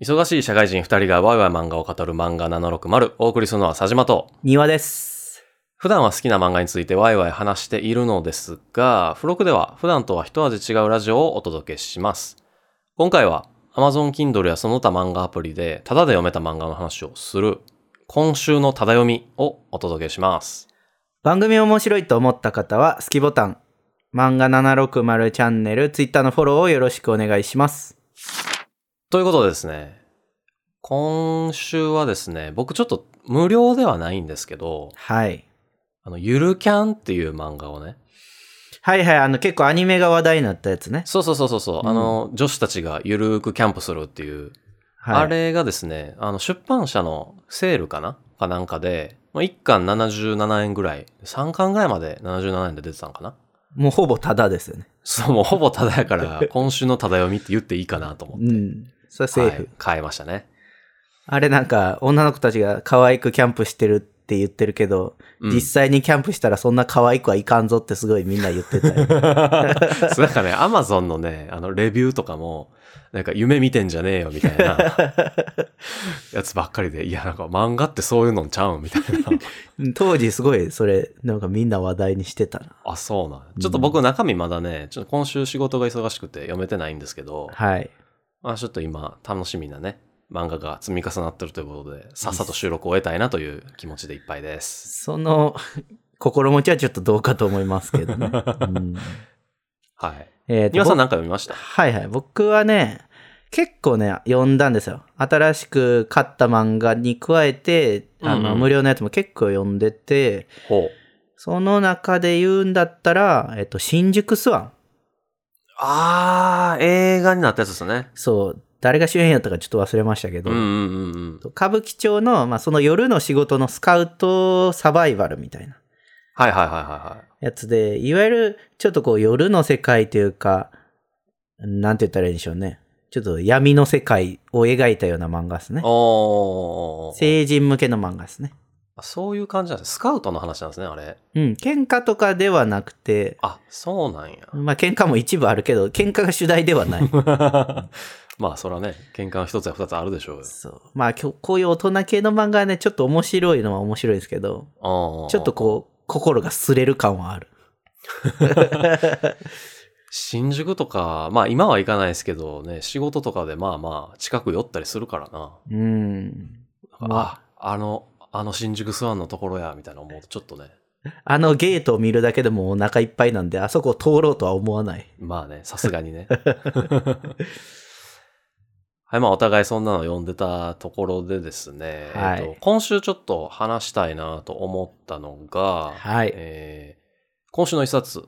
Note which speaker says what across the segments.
Speaker 1: 忙しい社会人2人がワイワイ漫画を語る漫画760お送りするのは佐島と
Speaker 2: 庭です。
Speaker 1: 普段は好きな漫画についてワイワイ話しているのですが付録では普段とは一味違うラジオをお届けします今回は Amazon Kindle やその他漫画アプリでタダで読めた漫画の話をする今週のタダ読みをお届けします
Speaker 2: 番組面白いと思った方は、好きボタン、漫画760チャンネル、ツイッターのフォローをよろしくお願いします。
Speaker 1: ということでですね今週はですね僕ちょっと無料ではないんですけど
Speaker 2: はい。
Speaker 1: あのゆるキャンっていう漫画をね
Speaker 2: はいはい、あの、結構アニメが話題になったやつね。
Speaker 1: そうそうそうそうそう、
Speaker 2: うん
Speaker 1: あの女子たちがゆるーくキャンプするっていう、
Speaker 2: はい、
Speaker 1: あれがですねあの出版社のセールかなかなんかで、まあ、1巻77円ぐらい3巻ぐらいまで77円で出てたんかな
Speaker 2: もうほぼタダですよね。
Speaker 1: そうもうほぼタダやから 今週のタダ読みって言っていいかなと思って、
Speaker 2: うん。それはセーフ。
Speaker 1: はい、買いましたね
Speaker 2: あれなんか、女の子たちが可愛くキャンプしてるって言ってるけど、
Speaker 1: うん
Speaker 2: 実際にキャンプしたらそんな可愛くはいかんぞってすごいみんな言ってた よ。
Speaker 1: そうなんかね、アマゾンのね、あの、レビューとかも、なんか夢見てんじゃねえよみたい なやつばっかりで、いや、なんか漫画ってそういうのんちゃうんみたいな。
Speaker 2: うん当時すごいそれ、なんかみんな話題にしてたな。
Speaker 1: あ、そうなん。ちょっと僕中身まだね、ちょっと今週仕事が忙しくて読めてないんですけど、
Speaker 2: はい。
Speaker 1: まあちょっと今楽しみなね、漫画が積み重なってるということで、さっさと収録を終えたいなという気持ちでいっぱいです。
Speaker 2: その心持ちはちょっとどうかと思いますけど ね。うん、
Speaker 1: はい。
Speaker 2: えーと
Speaker 1: 皆さん
Speaker 2: ぼ
Speaker 1: なんか読みました
Speaker 2: はいはい。僕はね、結構ね、読んだんですよ。新しく買った漫画に加えて、あの、
Speaker 1: うんうん
Speaker 2: 無料のやつも結構読んでて、
Speaker 1: ほう。
Speaker 2: その中で言うんだったら、えっと、新宿スワン。
Speaker 1: あー、映画になったやつですね。
Speaker 2: そう、誰が主演やったかちょっと忘れましたけど、
Speaker 1: うんうんうんうん。
Speaker 2: 歌舞伎町の、まあ、その夜の仕事のスカウトサバイバルみたいな。
Speaker 1: はいはいはいはいはい。
Speaker 2: やつで、いわゆるちょっとこう夜の世界というか、なんて言ったらいいんでしょうね。ちょっと闇の世界を描いたような漫画ですね。
Speaker 1: おー
Speaker 2: 成人向けの漫画ですね。
Speaker 1: あそういう感じなんですスカウトの話なんですね、あれ。
Speaker 2: うん、喧嘩とかではなくて、
Speaker 1: あ、そうなんや。
Speaker 2: まあ喧嘩も一部あるけど、喧嘩が主題では ない。
Speaker 1: まあ、そらね、喧嘩の一つや二つあるでしょうよ。
Speaker 2: そう。まあきょこういう大人系の漫画はね、ちょっと面白いのは面白いですけど、
Speaker 1: あー
Speaker 2: ちょっとこう、心が擦れる感はある。
Speaker 1: 新宿とか、まあ今は行かないですけどね、仕事とかでまあまあ近く寄ったりするからな。
Speaker 2: うん。
Speaker 1: なんかあ、あの、あの新宿スワンのところや、みたいな思うとちょっとね、
Speaker 2: あのゲートを見るだけでもお腹いっぱいなんで、あそこを通ろうとは思わない。
Speaker 1: まあね、さすがにね。 はい、まあお互いそんなの読んでたところでですね、
Speaker 2: はい
Speaker 1: えっと今週ちょっと話したいなと思ったのが、
Speaker 2: はい
Speaker 1: えー今週の一冊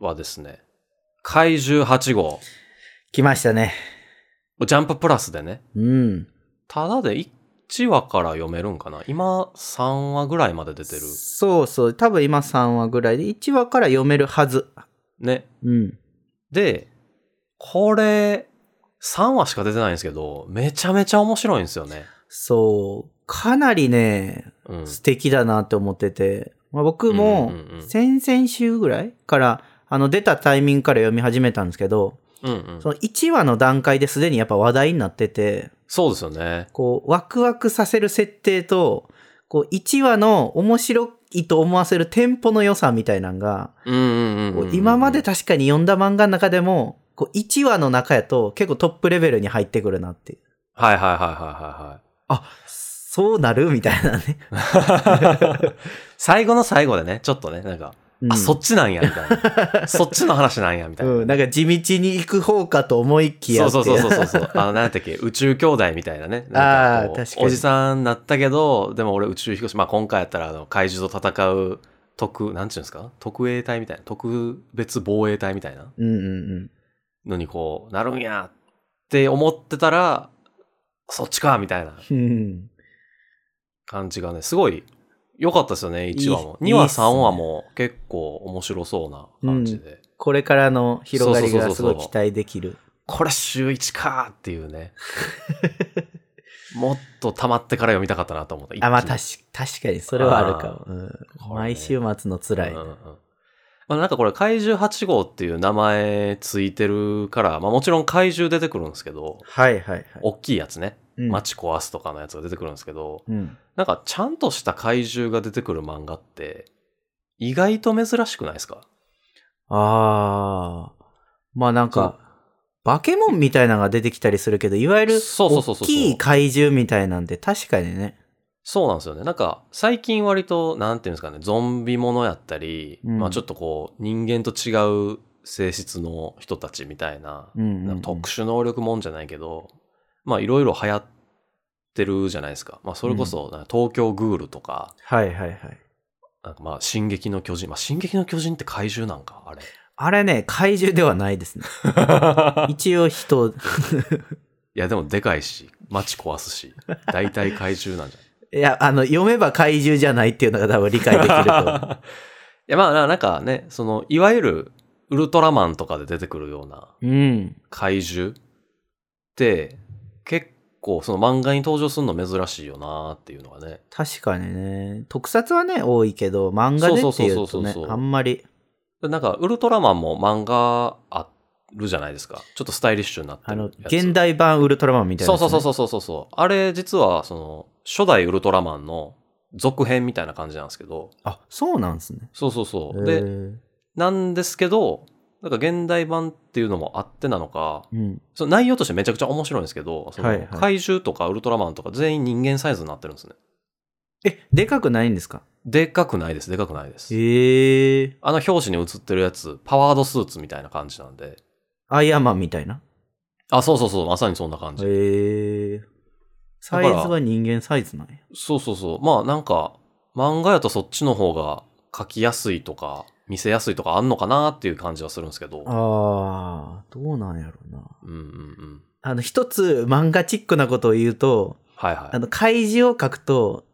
Speaker 1: はですね、怪獣8号、
Speaker 2: 来ましたね。
Speaker 1: ジャンププラスでね、
Speaker 2: うん。
Speaker 1: ただで1話から読めるんかな今3話ぐらいまで出てる。
Speaker 2: そうそう。多分今3話ぐらいで、1話から読めるはず。
Speaker 1: ね。
Speaker 2: うん。
Speaker 1: で、これ、3話しか出てないんですけど、めちゃめちゃ面白いんですよね。
Speaker 2: そう。かなりね、
Speaker 1: うん。
Speaker 2: 素敵だなって思ってて。まあ、僕も
Speaker 1: うんうんうん、
Speaker 2: 先々週ぐらいから、あの、出たタイミングから読み始めたんですけど、
Speaker 1: うんうん
Speaker 2: その1話の段階ですでにやっぱ話題になってて、
Speaker 1: そうですよね。
Speaker 2: こう、ワクワクさせる設定と、こう、1話の面白いと思わせるテンポの良さみたいなのが、
Speaker 1: うんうんうん
Speaker 2: こ
Speaker 1: うん
Speaker 2: う
Speaker 1: うん
Speaker 2: 今まで確かに読んだ漫画の中でも、こう1話の中やと結構トップレベルに入ってくるなっていう。
Speaker 1: はいはいはいは
Speaker 2: そうなるみたいなね。
Speaker 1: い はいはい。最後の最後でね、ちょっとね、なんか、
Speaker 2: うん、
Speaker 1: あ、そっちなんや、みたい な。そっちの話なんや、みたいな。
Speaker 2: うん、なんか地道に行く方かと思いきや
Speaker 1: そ
Speaker 2: っ
Speaker 1: う
Speaker 2: てい
Speaker 1: そう
Speaker 2: う。
Speaker 1: そうそうそう。あの、なんだっけ、宇宙兄弟みたいなね。なんこう
Speaker 2: あー確かに
Speaker 1: おじさんなったけど、でも俺宇宙飛行士、まあ今回やったらあの怪獣と戦う特、なんちゅうんですか特衛隊みたいな、特別防衛隊みたいな
Speaker 2: うんうんうん。
Speaker 1: のにこう、なるんやって思ってたら、そっちか、みたいな。
Speaker 2: うん
Speaker 1: 感じがね、すごい良かったですよね、1話も。
Speaker 2: い
Speaker 1: 2
Speaker 2: いいい
Speaker 1: 話、
Speaker 2: っす
Speaker 1: 3
Speaker 2: ね
Speaker 1: 話も結構面白そうな感じで。
Speaker 2: これからの広がり
Speaker 1: そ
Speaker 2: が
Speaker 1: う
Speaker 2: す
Speaker 1: そうそう
Speaker 2: ご
Speaker 1: そう
Speaker 2: い期待できる。
Speaker 1: これ週1かーっていうね。もっと溜まってから読みたかったなと思った。
Speaker 2: あ、まあ
Speaker 1: 一気に
Speaker 2: 確確かにそれはあるかも。うん
Speaker 1: これね
Speaker 2: 毎週末の辛い。
Speaker 1: うんうんまあ、なんかこれ怪獣8号っていう名前ついてるから、まあもちろん怪獣出てくるんですけど、
Speaker 2: はいはいはい。
Speaker 1: 大きいやつね。
Speaker 2: うん
Speaker 1: 街壊すとかのやつが出てくるんですけど、
Speaker 2: うん。
Speaker 1: なんかちゃんとした怪獣が出てくる漫画って、意外と珍しくないですか
Speaker 2: ああ。まあなんか、バケモンみたいなのが出てきたりするけど、いわゆる、
Speaker 1: そうそうそうそうそう
Speaker 2: 大きい怪獣みたいなんで、確かにね。
Speaker 1: そうなんですよね。なんか最近割と、なんていうんですかね、ゾンビものやったり、
Speaker 2: うん
Speaker 1: まあちょっとこう、人間と違う性質の人たちみたいな、
Speaker 2: うんうんうん
Speaker 1: なんか特殊能力もんじゃないけど、まあいろいろ流行ってるじゃないですか。まあそれこそ、なんか東京グールとか、
Speaker 2: はいはいはい。
Speaker 1: なんかまあ進撃の巨人、まあ進撃の巨人って怪獣なんか、あれ。
Speaker 2: あれね、怪獣ではないです ね。一応人、
Speaker 1: いやでもでかいし、街壊すし、大体怪獣なんじゃない
Speaker 2: いや、あの、読めば怪獣じゃないっていうのが多分理解 できる と思う。
Speaker 1: いやまあなんかねそのいわゆるウルトラマンとかで出てくるような
Speaker 2: うん。
Speaker 1: 怪獣って結構その漫画に登場するの珍しいよなーっていうのがね
Speaker 2: 確かにね。特撮はね、多いけど、漫画でってい
Speaker 1: そ
Speaker 2: うと
Speaker 1: うそうそうそう
Speaker 2: ね
Speaker 1: そう、
Speaker 2: あんまり。
Speaker 1: なんかウルトラマンも漫画あるじゃないですかちょっとスタイリッシュになって
Speaker 2: あ
Speaker 1: る
Speaker 2: の、
Speaker 1: やつ
Speaker 2: 現代版ウルトラマンみたいな
Speaker 1: そ
Speaker 2: や
Speaker 1: う
Speaker 2: つ
Speaker 1: そ
Speaker 2: ね、
Speaker 1: うそうそうそうそうそうあれ実はその初代ウルトラマンの続編みたいな感じなんですけど
Speaker 2: あ、そうなんですね。
Speaker 1: そうそうそう
Speaker 2: へ
Speaker 1: で
Speaker 2: ー
Speaker 1: なんですけどなんか現代版っていうのもあってなのか
Speaker 2: うん。
Speaker 1: その内容としてめちゃくちゃ面白いんですけど、その
Speaker 2: はいはい
Speaker 1: 怪獣とかウルトラマンとか全員人間サイズになってるんですね。
Speaker 2: え、でかくないんですか
Speaker 1: でかくないです、でかくないです。
Speaker 2: へえー。
Speaker 1: あの表紙に映ってるやつ、パワードスーツみたいな感じなんで。
Speaker 2: アイアンマンみたいな。
Speaker 1: あ、そうそうそう、まさにそんな感じ。
Speaker 2: へえー。サイズは人間サイズなんや。
Speaker 1: そうそうそう。まあなんか、漫画やとそっちの方が描きやすいとか、見せやすいとかあんのかなっていう感じはするんですけど。
Speaker 2: あー、どうなんやろうな。
Speaker 1: うんうんうん。
Speaker 2: あの、一つ漫画チックなことを言うと、
Speaker 1: はいはい。
Speaker 2: あの、怪獣を描くと、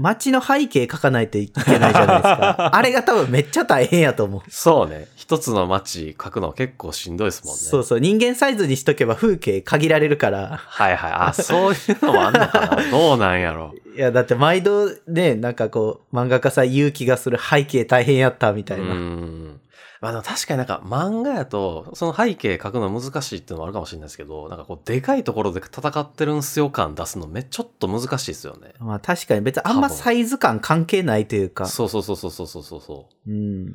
Speaker 2: 街の背景描かないといけないじゃな いですか。あれが多分めっちゃ大変やと思う。
Speaker 1: そうね。一つの街描くの結構しんどいですもんね。
Speaker 2: そうそう。人間サイズにしとけば風景限られるから。
Speaker 1: はいはい。あ、そういうのもあんのかな。どうなんやろ。
Speaker 2: いや、だって毎度ね、なんかこう、漫画家さん勇気がする背景大変やったみたいな。
Speaker 1: うん。まあでも確かになんか漫画やと、その背景描くの難しいっていうのもあるかもしれないですけど、なんかこう、でかいところで戦ってるんすよ感出すのめ、ちょっと難しいですよね。
Speaker 2: まあ確かに別にあんまサイズ感関係ないというか。
Speaker 1: そうそうそうそうそうそうそうそ
Speaker 2: うん。
Speaker 1: う。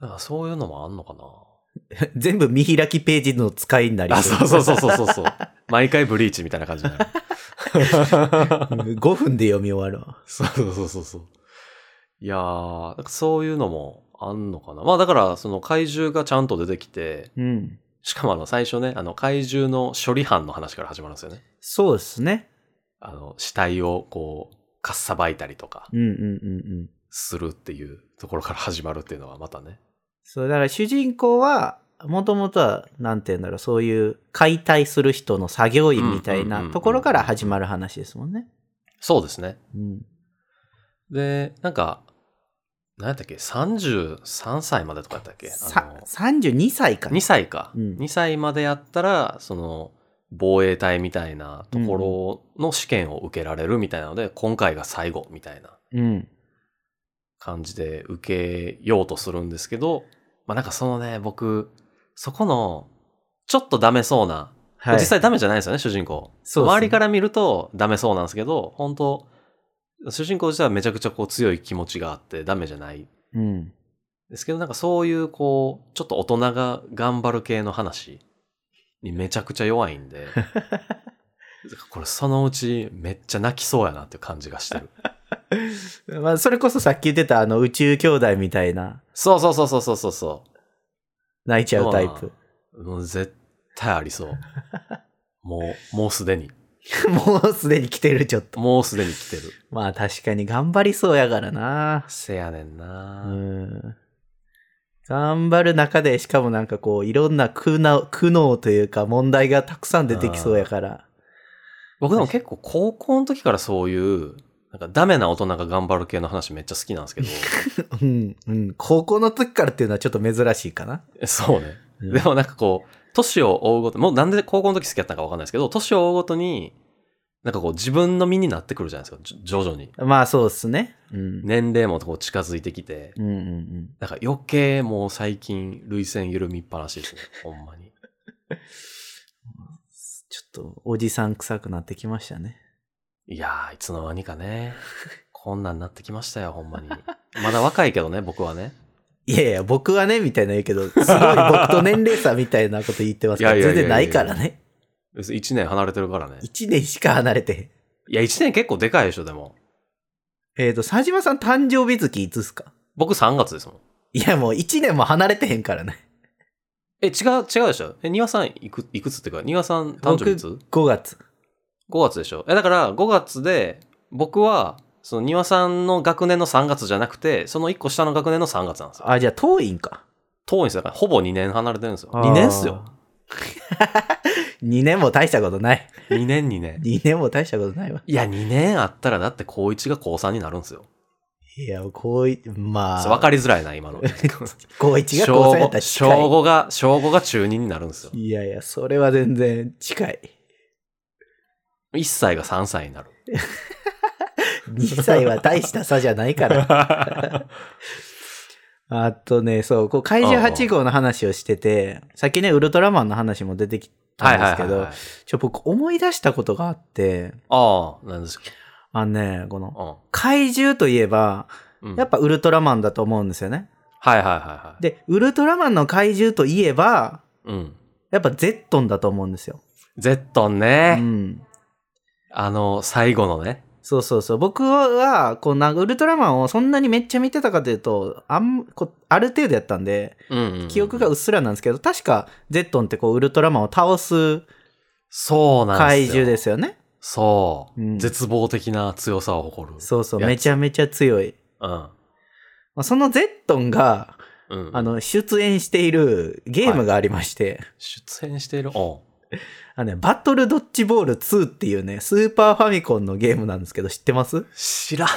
Speaker 1: なんかそういうのもあんのかな。
Speaker 2: 全部見開きページの使いになり
Speaker 1: あ、
Speaker 2: そう
Speaker 1: そうそうそうそうそうそう。毎回ブリーチみたいな感じになる。
Speaker 2: 5分で読み終わるわ。
Speaker 1: そうそうそうそうそう。いやー、なんかそういうのもあんのかな。まあだから、その怪獣がちゃんと出てきて、
Speaker 2: うん。
Speaker 1: しかもあの最初ね、あの怪獣の処理班の話から始まるんですよね。
Speaker 2: そうですね。
Speaker 1: あの、死体をこう、かっさばいたりとか
Speaker 2: うんうんうんうん。
Speaker 1: するっていうところから始まるっていうのはまたね。
Speaker 2: そう、だから主人公は、もともとは、なんて言うんだろう、そういう解体する人の作業員みたい
Speaker 1: うんうんうんう
Speaker 2: なんところから始まる話ですもんね。
Speaker 1: そうですね。
Speaker 2: うん。
Speaker 1: で、なんか、何やったっけ ?33 歳までとかやったっけあ
Speaker 2: さ
Speaker 1: の
Speaker 2: 32歳かな
Speaker 1: ?2 歳か、
Speaker 2: うん
Speaker 1: 2歳までやったら、その、防衛隊みたいなところの試験を受けられるみたいなので、今回が最後みたいな
Speaker 2: うん。
Speaker 1: 感じで受けようとするんですけど、まあなんかそのね、僕、そこの、ちょっとダメそうな
Speaker 2: はい。
Speaker 1: 実際ダメじゃないですよね主人公
Speaker 2: そうですね
Speaker 1: 周りから見るとダメそうなんですけど本当主人公自体はめちゃくちゃこう強い気持ちがあってダメじゃない
Speaker 2: うん。
Speaker 1: ですけどなんかそういうこうちょっと大人が頑張る系の話にめちゃくちゃ弱いん でこれそのうちめっちゃ泣きそうやなっていう感じがしてる
Speaker 2: まあ、それこそさっき言ってた、あの、宇宙兄弟みたいな、
Speaker 1: そうそうそうそうそうそうそ
Speaker 2: 泣いちゃうタイプ。
Speaker 1: うもう絶対ありそうもうもうすでに
Speaker 2: もうすでに来てる、ちょっと。
Speaker 1: もうすでに来てる
Speaker 2: まあ、確かに頑張りそうやからな。
Speaker 1: せやねんな、
Speaker 2: うん頑張る中で、しかもなんかこう、いろんな苦悩苦悩というか問題がたくさん出てきそうやから。
Speaker 1: 僕でも結構高校の時からそういう、なんかダメな大人が頑張る系の話めっちゃ好きなんですけど、
Speaker 2: うん、うん。高校の時からっていうのはちょっと珍しいかな。
Speaker 1: えそうね。
Speaker 2: うん
Speaker 1: でもなんかこう、年を追うごと、もうなんで高校の時好きだったのかわかんないですけど、年を追うごとに、なんかこう自分の身になってくるじゃないですか、じょ徐々に。
Speaker 2: まあそうっすね。うん。
Speaker 1: 年齢もこう近づいてきて、
Speaker 2: うんうんうん。
Speaker 1: なんか余計もう最近、涙腺緩みっぱなしですね。ほんまに。
Speaker 2: ちょっと、おじさん臭くなってきましたね。
Speaker 1: いやー、いつの間にかね、こんなんなってきましたよ、ほんまに。まだ若いけどね、僕はね。
Speaker 2: いやいや、僕はね、みたいな言うけど、すごい僕と年齢差みたいなこと言ってますから、
Speaker 1: いやいやい
Speaker 2: 全
Speaker 1: やいや
Speaker 2: 然ないからね。
Speaker 1: 別に1年離れてるからね。
Speaker 2: 1年しか離れて。
Speaker 1: いや、1年結構でかいでしょ、でも。
Speaker 2: えっ、と、佐島さん誕生日月いつっすか
Speaker 1: 僕3月ですもん。
Speaker 2: いや、もう1年も離れてへんからね。
Speaker 1: え、違う、違うでしょえ、庭さんいくいくつっていうか、庭さん誕生日いつ
Speaker 2: 5月。
Speaker 1: ?5 月でしょえ、だから5月で、僕は、その庭さんの学年の3月じゃなくて、その1個下の学年の3月なんですよ。
Speaker 2: あ、じゃあ遠いんか。
Speaker 1: 遠いんですよ。だからほぼ2年離れてるんですよ。2年っすよ。。
Speaker 2: 2年も大したことない。
Speaker 1: 2年2年。
Speaker 2: 2年も大したことないわ。
Speaker 1: いや、2年あったらだって高1が高3になるんですよ。
Speaker 2: いや、こうい、まあ。
Speaker 1: わかりづらいな、 今の。
Speaker 2: 高一が
Speaker 1: 小
Speaker 2: 高三やっ
Speaker 1: 5
Speaker 2: たら
Speaker 1: 小
Speaker 2: 近
Speaker 1: 5が、小5が中2になるんですよ。
Speaker 2: い。いやいや、それは全然近い。
Speaker 1: 1歳が3歳に なる。
Speaker 2: 2歳は大した差じゃない から。あとね、そう、こう怪獣8号の話をしてて、さっきね、ウルトラマンの話も出てきたんですけ
Speaker 1: はいはいはい
Speaker 2: ど
Speaker 1: はい、
Speaker 2: ちょ、僕思い出したことがあって、
Speaker 1: ああ、なんですか。
Speaker 2: あのね、この、
Speaker 1: う
Speaker 2: 怪獣といえば、
Speaker 1: ん。うん
Speaker 2: やっぱウルトラマンだと思うんですよね。
Speaker 1: はいはいはいはい。
Speaker 2: で、ウルトラマンの怪獣といえば、
Speaker 1: うん。
Speaker 2: やっぱゼットンだと思うんですよ。
Speaker 1: ゼットン
Speaker 2: う
Speaker 1: ね。
Speaker 2: ん。
Speaker 1: あの、最後のね。
Speaker 2: そうそうそう。僕は、こう、なんかウルトラマンをそんなにめっちゃ見てたかというと、あん、こある程度やったんで、
Speaker 1: うんうんうん
Speaker 2: 記憶がうっすらなんですけど、確か、ゼットンってこう、ウルトラマンを倒す
Speaker 1: そうなんです
Speaker 2: 怪
Speaker 1: よ。
Speaker 2: 獣ですよね。
Speaker 1: そう、
Speaker 2: うん
Speaker 1: 絶望的な強さを誇る。
Speaker 2: そうそう、
Speaker 1: やつ
Speaker 2: めちゃめちゃ強い。
Speaker 1: うん。
Speaker 2: まあそのゼットンが、
Speaker 1: うん。
Speaker 2: あ、の、出演しているゲームがありまして、
Speaker 1: 出演している。お
Speaker 2: あのね、バトルドッジボール2っていうね、スーパーファミコンのゲームなんですけど、知ってます
Speaker 1: 知らね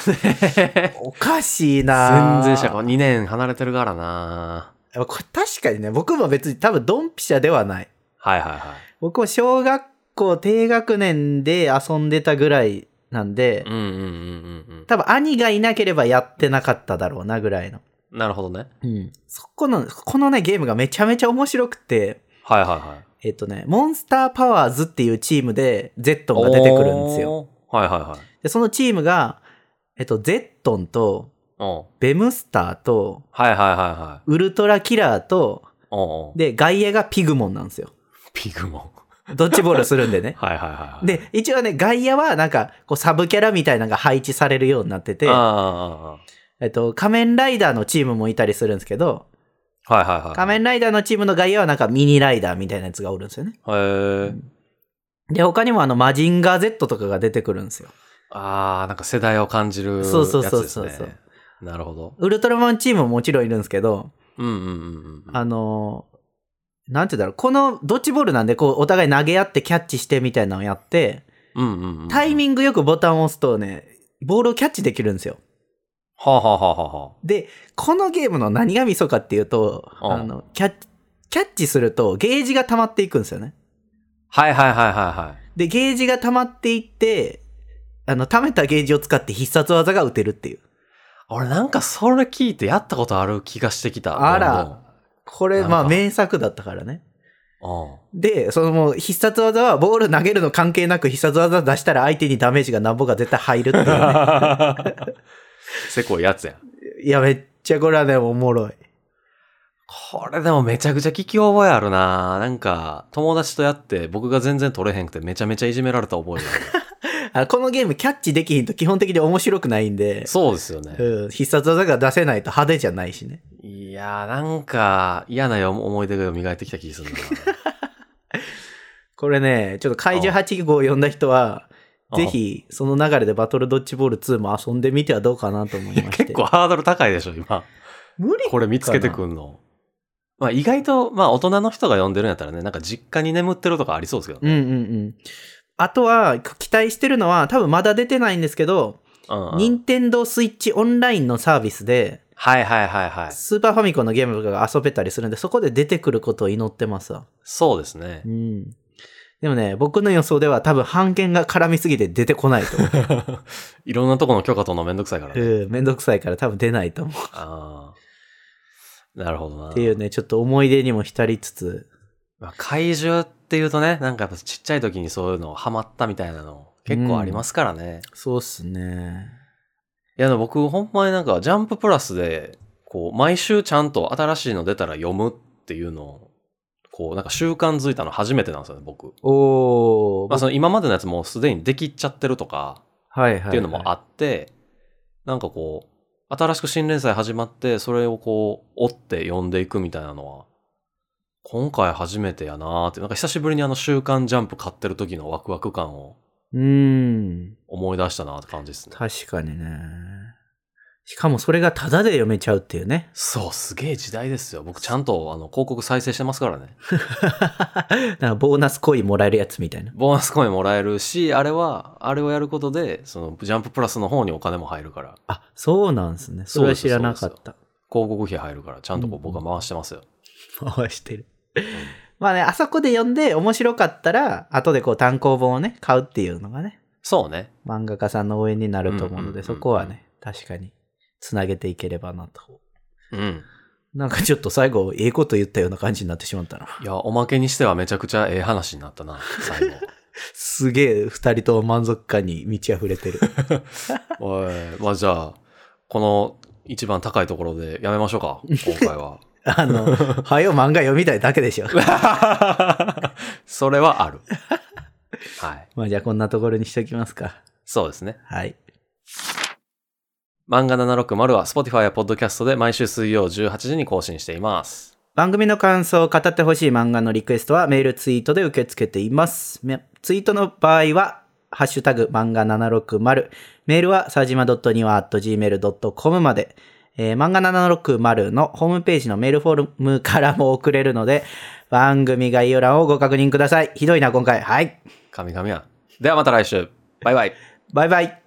Speaker 1: え。
Speaker 2: おかしいな
Speaker 1: 全然
Speaker 2: ぁ
Speaker 1: 知らん。2年離れてるからな
Speaker 2: これ確かにね、僕も別に多分ドンピシャではない。
Speaker 1: はいはいはい。
Speaker 2: 僕も小学校低学年で遊んでたぐらいなんで、
Speaker 1: うんうんうんうん
Speaker 2: 多分兄がいなければやってなかっただろうなぐらいの。
Speaker 1: うん。なるほどね。
Speaker 2: そこの、このね、ゲームがめちゃめちゃ面白くて、
Speaker 1: はいはいはい。
Speaker 2: えっとね、モンスターパワーズっていうチームでゼットンが出てくるんですよ。
Speaker 1: よ。はいはいはい。
Speaker 2: で、そのチームが、えっと、ゼットンと、
Speaker 1: お
Speaker 2: ベムスターと、
Speaker 1: はいはいはいはい。
Speaker 2: ウルトラキラーと、
Speaker 1: おお
Speaker 2: で、外野がピグモンなんですよ。
Speaker 1: ピグモン。
Speaker 2: ドッジボールするんでね。
Speaker 1: はいはい はい。、
Speaker 2: で、一応ね、外野はなんか、こう、サブキャラみたいなのが配置されるようになってて
Speaker 1: あ、ああ
Speaker 2: えっと、仮面ライダーのチームもいたりするんですけど、
Speaker 1: あ、はいはいはい。
Speaker 2: 仮面ライダーのチームの外野はなんかミニライダーみたいなやつがおるんですよね。
Speaker 1: へえ。
Speaker 2: で、他にもあの、マジンガー Z とかが出てくるんですよ。
Speaker 1: ああ、なんか世代を感じるやつです
Speaker 2: そ
Speaker 1: ね。
Speaker 2: うそうそうそうそう
Speaker 1: なるほど。
Speaker 2: ウルトラマンチームももちろんいるんですけど、
Speaker 1: うんうんうんうん。
Speaker 2: あのーなんて言うんだろう、このドッジボールなんで、こう、お互い投げ合ってキャッチしてみたいなのをやって、
Speaker 1: うんうんうん。
Speaker 2: タイ
Speaker 1: ング。
Speaker 2: ミングよくボタンを押すとね、ボールをキャッチできるんですよ。
Speaker 1: はあ、はあはあは
Speaker 2: で、このゲームの何がミソかっていうと、
Speaker 1: うん
Speaker 2: あの、キャッチ、キャッチするとゲージが溜まっていくんですよね。
Speaker 1: あ、はいはいはいはいはい。
Speaker 2: で、ゲージが溜まっていって、あの、溜めたゲージを使って必殺技が打てるっていう。
Speaker 1: 俺なんかそれ聞いてやったことある気がしてきた。
Speaker 2: あらこれ、
Speaker 1: なん
Speaker 2: ま
Speaker 1: か
Speaker 2: あ、名作だったからね。
Speaker 1: どん どん。うん。
Speaker 2: で、そのもう必殺技はボール投げるの関係なく必殺技出したら相手にダメージがなんぼか絶対入るっていうね。
Speaker 1: せこいやつやん。
Speaker 2: いや、めっちゃこれはね、おもろい。
Speaker 1: これでもめちゃくちゃ聞き覚えあるななんか、友達とやって僕が全然取れへんくてめちゃめちゃいじめられた覚えがある。
Speaker 2: あこのゲームキャッチできひんと基本的に面白くないん で、
Speaker 1: そうですよね。
Speaker 2: うん、必殺技が出せないと派手じゃないしね。
Speaker 1: いやーなんか嫌な思い出が磨いてきた気するな。
Speaker 2: これね、ちょっと怪獣8号を呼んだ人は、
Speaker 1: あ
Speaker 2: ぜひその流れでバトルドッジボール2も遊んでみてはどうかなと思いまして。
Speaker 1: 結構ハードル高いでしょ、今。
Speaker 2: 無理
Speaker 1: これ見つけてくんの。まあ意外と、まあ大人の人が呼んでるんやったらね、なんか実家に眠ってるとかありそうですけど
Speaker 2: うん
Speaker 1: ね。
Speaker 2: うんうん。あとは、期待してるのは、多分まだ出てないんですけど、
Speaker 1: うんうん
Speaker 2: 任天堂スイッチオンラインのサービスで、
Speaker 1: はいはいはいはい。
Speaker 2: スーパーファミコンの ゲームとかが遊べたりするんで、そこで出てくることを祈ってますわ。
Speaker 1: そうですね
Speaker 2: う。ん。でもね、僕の予想では多分版権が絡みすぎて出てこない と思う。
Speaker 1: いろんなとこの許可取るのめんどくさいからね。
Speaker 2: うん、めんどくさいから多分出ないと思う。
Speaker 1: ああ。なるほどな。
Speaker 2: っていうね、ちょっと思い出にも浸りつつ、
Speaker 1: まあ怪獣っていうとね、なんかやっぱちっちゃい時にそういうのハマったみたいなの結構ありますからね。
Speaker 2: そうっすね。
Speaker 1: いや、でも僕ほんまになんかジャンププラスで、こう、毎週ちゃんと新しいの出たら読むっていうのを、こう、なんか習慣づいたの初めてなんですよね、僕。
Speaker 2: おー、
Speaker 1: まあその今までのやつもうすでにできちゃってるとか、
Speaker 2: はいはい、
Speaker 1: っていうのもあ
Speaker 2: っ
Speaker 1: って、なんかこう、新しく新連載始まって、それをこう、追って読んでいくみたいなのは、今回初めてやなーって、なんか久しぶりにあの週刊ジャンプ買ってる時のワクワク感を
Speaker 2: うーん、
Speaker 1: 思い出したなーって感じですね。
Speaker 2: 確かにね。しかもそれがタダで読めちゃうっていう ね。
Speaker 1: そう、すげえ時代ですよ。僕ちゃんとあの広告再生してますからね。
Speaker 2: なんかボーナスコインもらえるやつみたいな。
Speaker 1: ボーナスコインもらえるし、あれは、あれをやることで、そのジャンププラスの方にお金も入るから、
Speaker 2: あ、そうなんですね。それは知らなか
Speaker 1: そう
Speaker 2: った。
Speaker 1: 広告費入るから、ちゃんとこう僕は回してますよ。
Speaker 2: 回 してる。まあね、あそこで読んで面白かったら、後でこう単行本をね、買うっていうのがね、
Speaker 1: そうね。
Speaker 2: 漫画家さんの応援になると思
Speaker 1: う
Speaker 2: うので、
Speaker 1: んうんうんうん
Speaker 2: そこはね、確かに、つなげていければなと。
Speaker 1: うん。
Speaker 2: なんかちょっと最後、ええこと言ったような感じになってしまったな。
Speaker 1: いや、おまけにしてはめちゃくちゃええ話になったな、最後。
Speaker 2: すげえ、二人とも満足感に満ち溢れてる。
Speaker 1: おい、まあじゃあ、この一番高いところでやめましょうか、今回は。
Speaker 2: あの、はよ漫画読みたいだけでしょ。
Speaker 1: それはある。はい。
Speaker 2: まあじゃあこんなところにしときますか。
Speaker 1: そうですね。
Speaker 2: はい。
Speaker 1: 漫画760は Spotify や Podcast で毎週水曜18時に更新しています。
Speaker 2: 番組の感想を語ってほしい漫画のリクエストはメールツイートで受け付けています。めツイートの場合は、ハッシュタグ漫画760、メールはさじま .niwa.gmail.com まで、えー漫画760のホームページのメールフォームからも送れるので、番組概要欄をご確認ください。ひどいな、今回。はい。
Speaker 1: 神々や。ではまた来週。バイバイ。
Speaker 2: バイバイ。